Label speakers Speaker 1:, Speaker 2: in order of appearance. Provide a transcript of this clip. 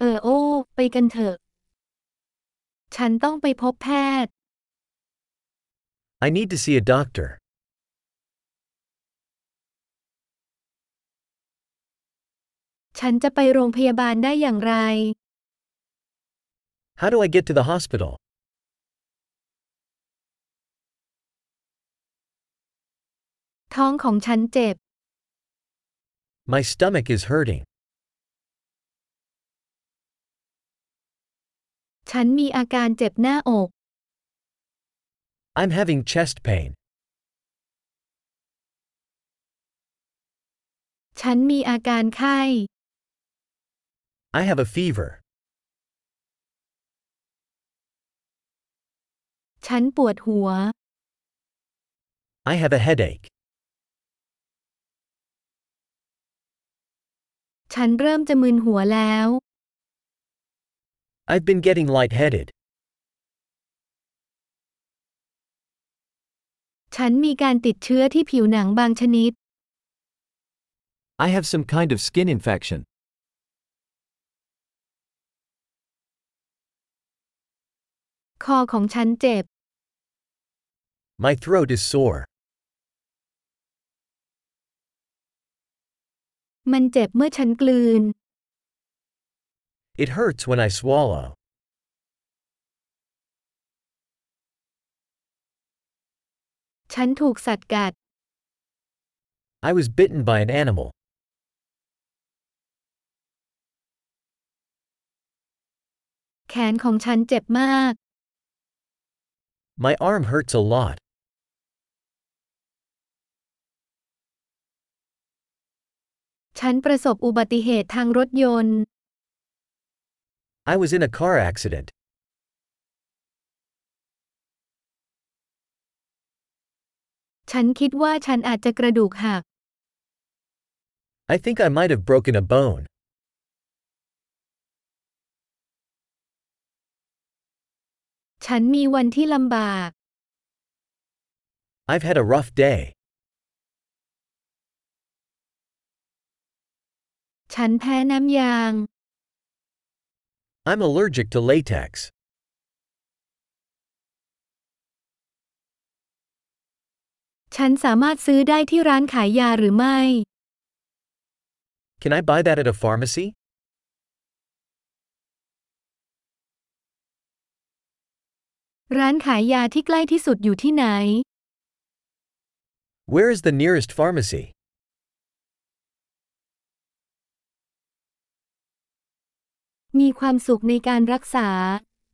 Speaker 1: ไปกันเถอะ ฉันต้องไปพบแพทย์
Speaker 2: I need to see a doctor.
Speaker 1: ฉันจะไปโรงพยาบาลได้อย่างไร
Speaker 2: How do I get to the hospital?
Speaker 1: ท้องของฉันเจ็บ
Speaker 2: My stomach is hurting.
Speaker 1: ฉันมีอาการเจ็บหน้าอก
Speaker 2: I'm having chest pain.
Speaker 1: ฉันมีอาการไข้
Speaker 2: I have a fever.
Speaker 1: ฉันปวดหัว
Speaker 2: I have a headache.
Speaker 1: ฉันเริ่มจะมึนหัวแล้ว
Speaker 2: I've been getting lightheaded.
Speaker 1: ฉันมีการติดเชื้อที่ผิวหนังบางชนิด
Speaker 2: I have some kind of skin infection.
Speaker 1: คอของฉันเจ็บ
Speaker 2: My throat is sore.
Speaker 1: มันเจ็บเมื่อฉันกลืน
Speaker 2: It hurts when I swallow.
Speaker 1: ฉันถูกสัตว์กัด
Speaker 2: I was bitten by an animal.
Speaker 1: แขนของฉันเจ็บมาก
Speaker 2: My arm hurts a lot.
Speaker 1: ฉันประสบอุบัติเหตุทางรถยนต์
Speaker 2: I was in a car accident.
Speaker 1: ฉันคิดว่าฉันอาจจะกระดูกหัก
Speaker 2: I think I might have broken a bone.
Speaker 1: ฉันมีวันที่ลำบาก
Speaker 2: I've had a rough day.
Speaker 1: ฉันแพ้น้ำยาง
Speaker 2: I'm allergic to latex.
Speaker 1: ฉันสามารถซื้อได้ที่ร้านขายยาหรือไม่
Speaker 2: Can I buy that at a pharmacy?
Speaker 1: ร้านขายยาที่ใกล้ที่สุดอยู่ที่ไหน
Speaker 2: Where is the nearest pharmacy?
Speaker 1: มีความสุขในการรักษา